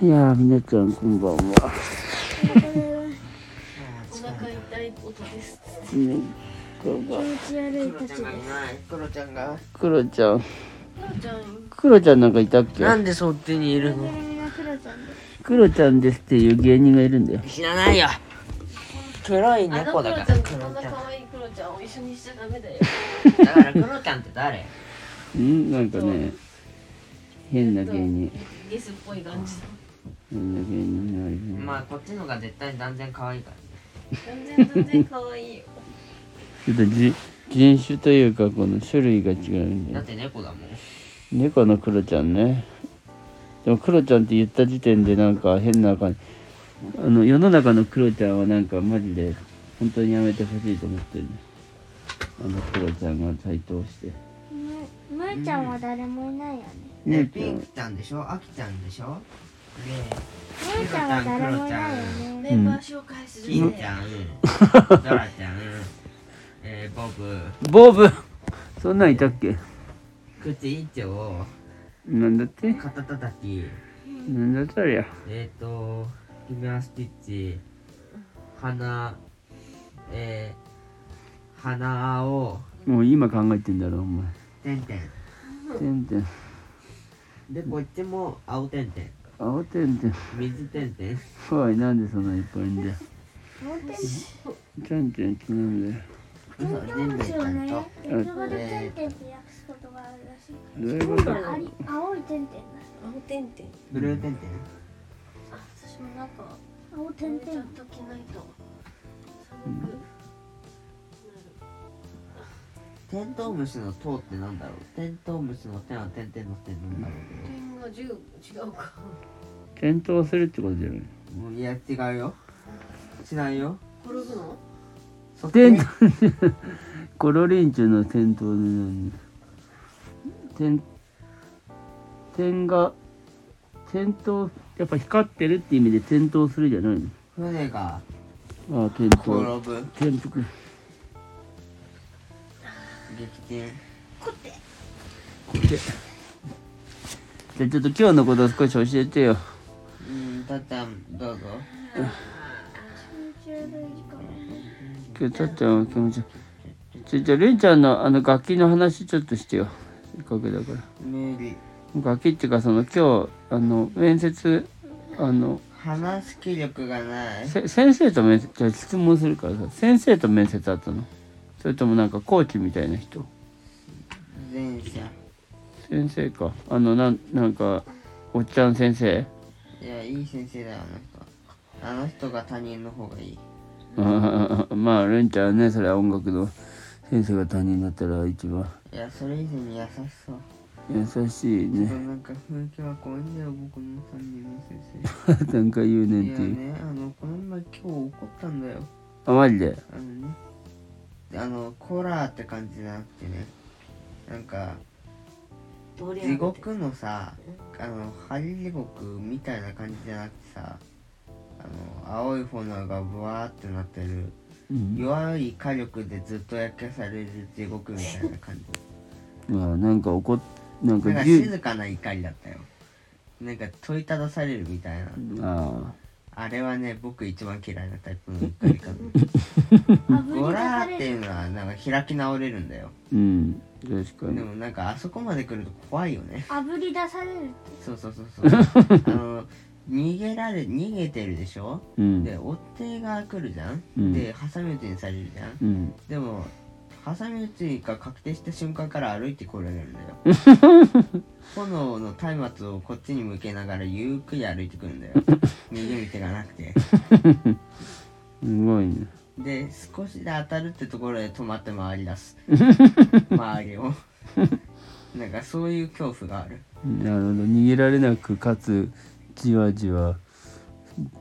いやあ、皆ちゃん、こんばんは。お腹痛い音です。ね、こんばんは。気持ち悪い時がいないクロちゃんがクロちゃん、なおちゃん、クロちゃんなんかいたっけなんでそっちにいるのクロちゃんですっていう芸人がいるんだよ。知らないよ黒いあの猫クだロかちゃらんクとロこんなちゃ可愛いクロちゃんを一緒にしちゃダメだよ。んだからクロちゃんって誰うん、なんかね、変な芸人。ゲスっぽい感じだ。変な芸人がいるね。まあこっちのが絶対断然可愛いから全然全然可愛いよ。ちょっとじ人種というか、この種類が違うんだだよっ。て猫だもん猫のクロちゃんね。でも、クロちゃんって言った時点で、なんか変な感じ。あの、世の中のクロちゃんはなんかマジで、本当にやめてほしいと思ってるね。あのクロちゃんが台頭して。むーちゃんは誰もいないよね。ねねピンクちゃんでしょアキちゃんでしょでむーちゃんは誰もいないよね。メンバー紹介する金ねち。ゃんドラちゃんえー、ボブボブ そんなんいたっけ口一丁なんだって肩たたきなんだったりゃ。えっ、ー、と君はスティッチ鼻えー、鼻をもう今考えてんだろ、お前。てんてんてんてん。でこっちも青てんてん青てんてん。水てんてんおい、なんでそんないっぱいいんだよ。本当にちゃんちゃんちなんだよ。嘘ねんべいちゃんと鉄道で点々って訳すことがあるらしい。どういうことあり青い点々だ。あのてんてん。ブルーてんてんあ、私もなんか、青い点寝ちゃ々っ。ときないと。寒くなる。テントウムシの塔ってなんだろうテントウムシの手はてんてんのてなんだろう点が十違うか。転倒するってことじゃないけどもういや違うよ違うよ転ぶの？そっち転倒コロリンチュの転倒で何点点が転倒やっぱ光ってるって意味で転倒するじゃない船がのああ転転倒ぶ転覆激転じゃあちょっと今日のことを少し教えてようんたっちゃんどうぞ気持ち悪いかも。今日たっちゃんは気持ちちょじゃありんちゃんのあの楽器の話ちょっとしてよせっかくだから無理楽器っていうかその今日あの面接あの話す気力がないせ先生と面接じゃあ質問するからさ先生と面接あったのそれともなんかコーチみたいな人前者先生かあのなんなんかおっちゃん先生 いやいい先生だよあの人あの人が他人の方がいいあーまあレンちゃんはねそれは音楽の先生が担任だったら一番いやそれ以上に優しそう優しいちょっとねなんか雰囲気は怖いんだよ僕の担任の先 生なんか言ういねんやっていうね、あの、この前今日怒ったんだよ。あマジであのね、あの、コラーって感じじゃなくてね、なんか、どれ地獄のさ、あの、ハリ地獄みたいな感じじゃなくてさ、あの、青い炎がブワーってなってる、うん弱い火力でずっと焼けされる地獄みたいな感じ。まあなんか怒っなんなんかかじゅ静かな怒りだったよ。なんか問いただされるみたいな。ああれはね、僕一番嫌いなタイプの怒り方。ゴ炙りラーっ出されてる。いうのはなんか開き直れるんだよーうん確かでにもなんかあそこまで来ると怖いよね炙り出される。そうそうそうそうあの逃げられ逃げてるでしょうんで追っ手が来るじゃん、うんで挟み撃ちにされるじゃんうんでも挟み撃ちが確定した瞬間から歩いてこられるんだよ 炎の松明をこっちに向けながらゆっくり歩いてくるん だよ逃げ道がなくてすごいねで少しで当たるってところで止まって回り出す周りをなんかそういう恐怖があるなるほど逃げられなくかつじわじわ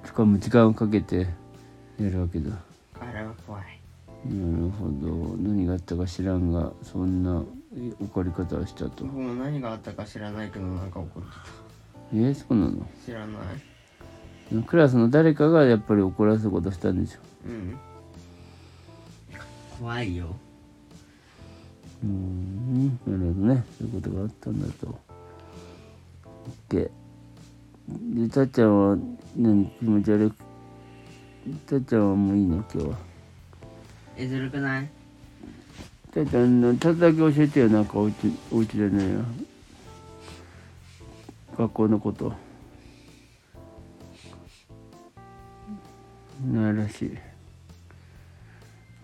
しかも時間をかけてやるわけだなあれは怖いるほど何があったか知らんがそんなえ怒り方をしたと僕も何があったか知らないけどなんか怒ってえー、そうなのた知らないでもクラスの誰かがやっぱり怒らせることしたんでしょうん怖いようーんなるほどねそういうことがあったんだと OK でたっちゃんは何気持ち悪くたっちゃんはもういいの今日はえずるくないたっちゃんのただけ教えてよなんかおうちおうちでね学校のことないらしい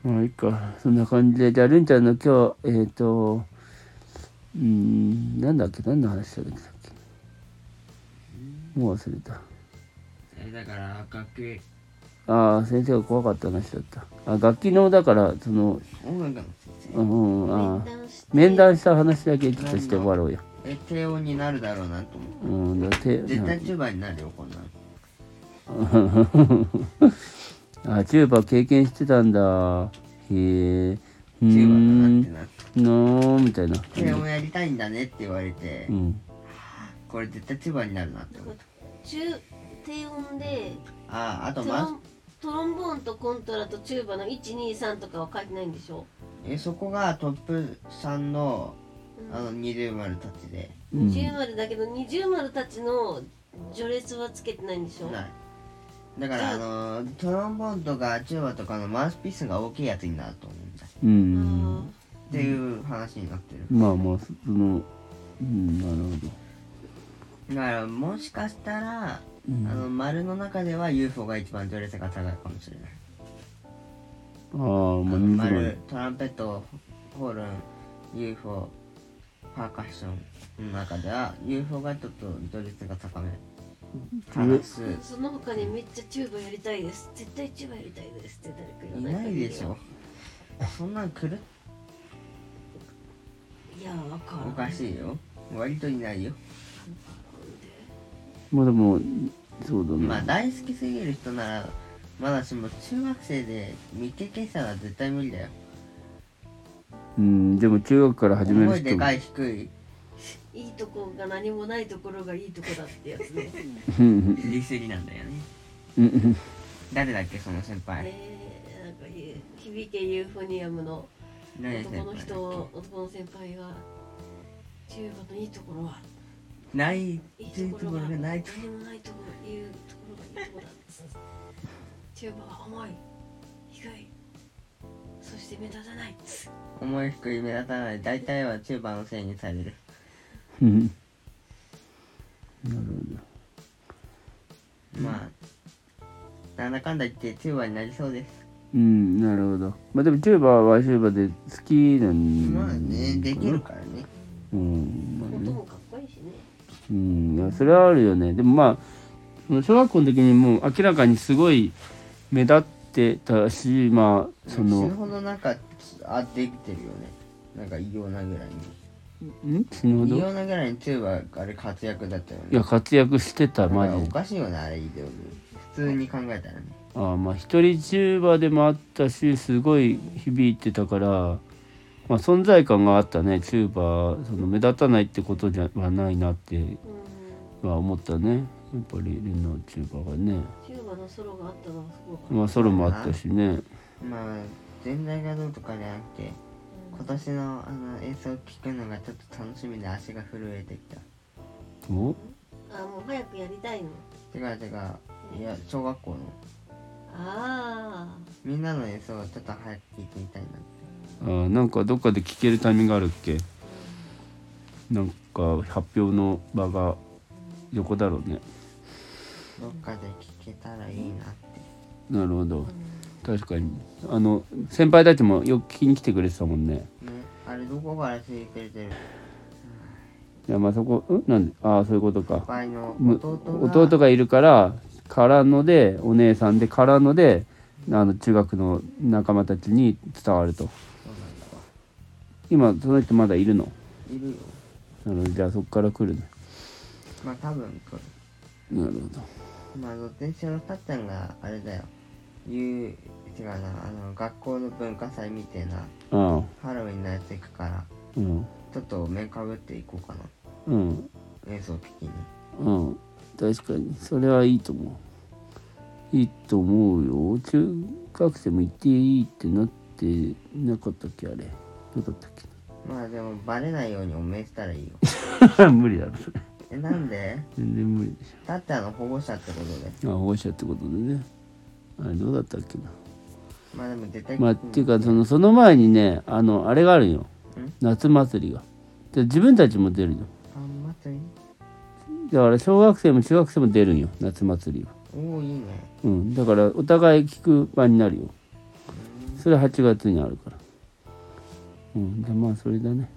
まあいいかそんな感じでじゃあるんちゃんの今日えっ、ー、とうーんなんだっけ何の話したんだっけもう忘れたえだから楽器ああ先生が怖かった話だったあ楽器のだからその音楽の先う生んうんあー談して面談した話だけちょっとして終わろうよえ低音になるだろうなと思うんってだって絶対チューバーになるよこんなの あチューバ経験してたんだへえうチューバーーだなってなってんのーみたいな低音やりたいんだねって言われてうんこれ絶対チューバーになるなって思って中低音であああトとロマントロンボーンとコントラとチューバの123とかは書いてないんでしょえそこがトップ3のあの20たちでうん二重丸だけど二重丸たちの序列はつけてないんでしょないだからあのトロンボーンとかチューバとかのマウスピースが大きいやつになると思うんだうあんーっていう話になってるまあまあそのうんなるほどだからもしかしたら、うんあの丸の中では UFO が一番序列が高いかもしれないあああまのあ水ま丸でトランペットホールン UFO パーカッションの中では UFO がちょっと序列が高めカラスその他にめっちゃチューバやりたいです絶対チューバやりたいですって誰かい言わなないい限りはでしょそんなん来るいやわからんおかしいよ割といないよまあでもそうだまあな大好きすぎる人ならまだしも中学生で未経験者は絶対無理だようんでも中学から始める声人でもかい低いいいとこが何もないところがいいとこだってやつねうん理すぎなんだよねうんうん誰だっけその先輩えー、なんかゆ響けユーフォニアムの何先男輩だのっけ人男の先輩がチューバのいいところはないいいというととこころがろがないと何もないところいうところがいいところだっつってチューバは重い低いそして目立たないっつって思い低い目立たない大体はチューバーのせいにされるうんなるまあなんだかんだ言ってチューバーになりそうですほどうんなるほどまあでもチューバーはチューバーで好きなんまあねできるからねうんまあ音ねもかっこいいしねうんいやそれはあるよねでもまあ小学校の時にもう明らかにすごい目立ってたしまあスそマのホの中あできてるよねなんか異様なぐらいん死ぬほに異ど様なぐらいにチューバーがあれ活躍だったよねいや活躍してたマだからおジでかしいよねあれ異様に普通に考えたらねあーまあ一人チューバーでもあったしすごい響いてたから、まあ、存在感があったねチューバーその目立たないってことじゃはないなってうんは思ったねやっぱりレナチューバーがねチューバのソロがあったのはすごかったまあソロもあったしねまあ全体がどうとかじゃなくて今年のあの演奏を聴くのがちょっと楽しみで足が震えてきたおあもう早くやりたいのてかてかいや小学校のあみんなの演奏をちょっと早く聴いてみたいなあーなんかどっかで聞けるタイミングあるっけなんか発表の場が横だろうねどっかで聴けたらいいなってなるほど確かにあの先輩たちもよく聞きに来てくれてたもんねねあれどこからついてくれてるいやまあそこんなんでああそういうこと先か輩のむ弟が弟がいるからからのでお姉さんでからのであの中学の仲間たちに伝わるとそうなんだわ今その人まだいるのいるよなるほどじゃあそこから来るねまあ多分これなるほどまあどっちのたっちゃんがあれだよ言う違うなあの学校の文化祭みたいなああハロウィンのやつ行くからうんちょっと面かぶっていこうかなうん演奏的にうん確かにそれはいいと思ういいと思うよ中学生も行っていいってなってなかったっけあれどうだったっまあでもバレないようにおめえしたらいいよけ 無理だろそれえなんで全然無理でしだってあの保護者ってことでょあ保護者ってことでねあれどうだったっけなまあでも絶対まあっていうかそのその前にねあのあれがあるよ夏祭りがで自分たちも出るよパン祭りだから小学生も中学生も出るんよ夏祭りはおおいいねうんだからお互い聞く場になるよそれ8月にあるからうんでまあそれだね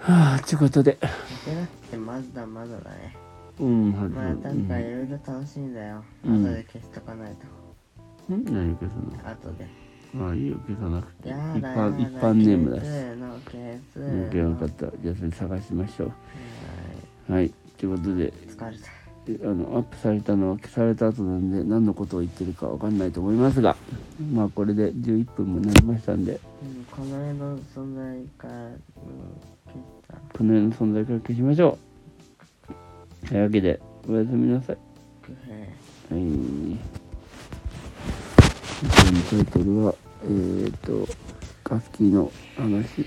はあってことで勝てなくてまだまだだねうんはまあなんかいろいろ楽しいんだよ、うん後で消しとかないとうん何消す後でのああいいよ消さなくて一やだや般だ一般ネームだし消すの消すの抜けなかったじゃあそれ探しましょうはいってことで疲れたえあのアップされたのは消された後なんで何のことを言ってるかわかんないと思いますがまあこれで11分もなりましたんでうんこの世の存在から、うん、消したこの世の存在から消しましょうというわけでおやすみなさい不平はい今回のタイトルはえっ、ー、とカスキーの話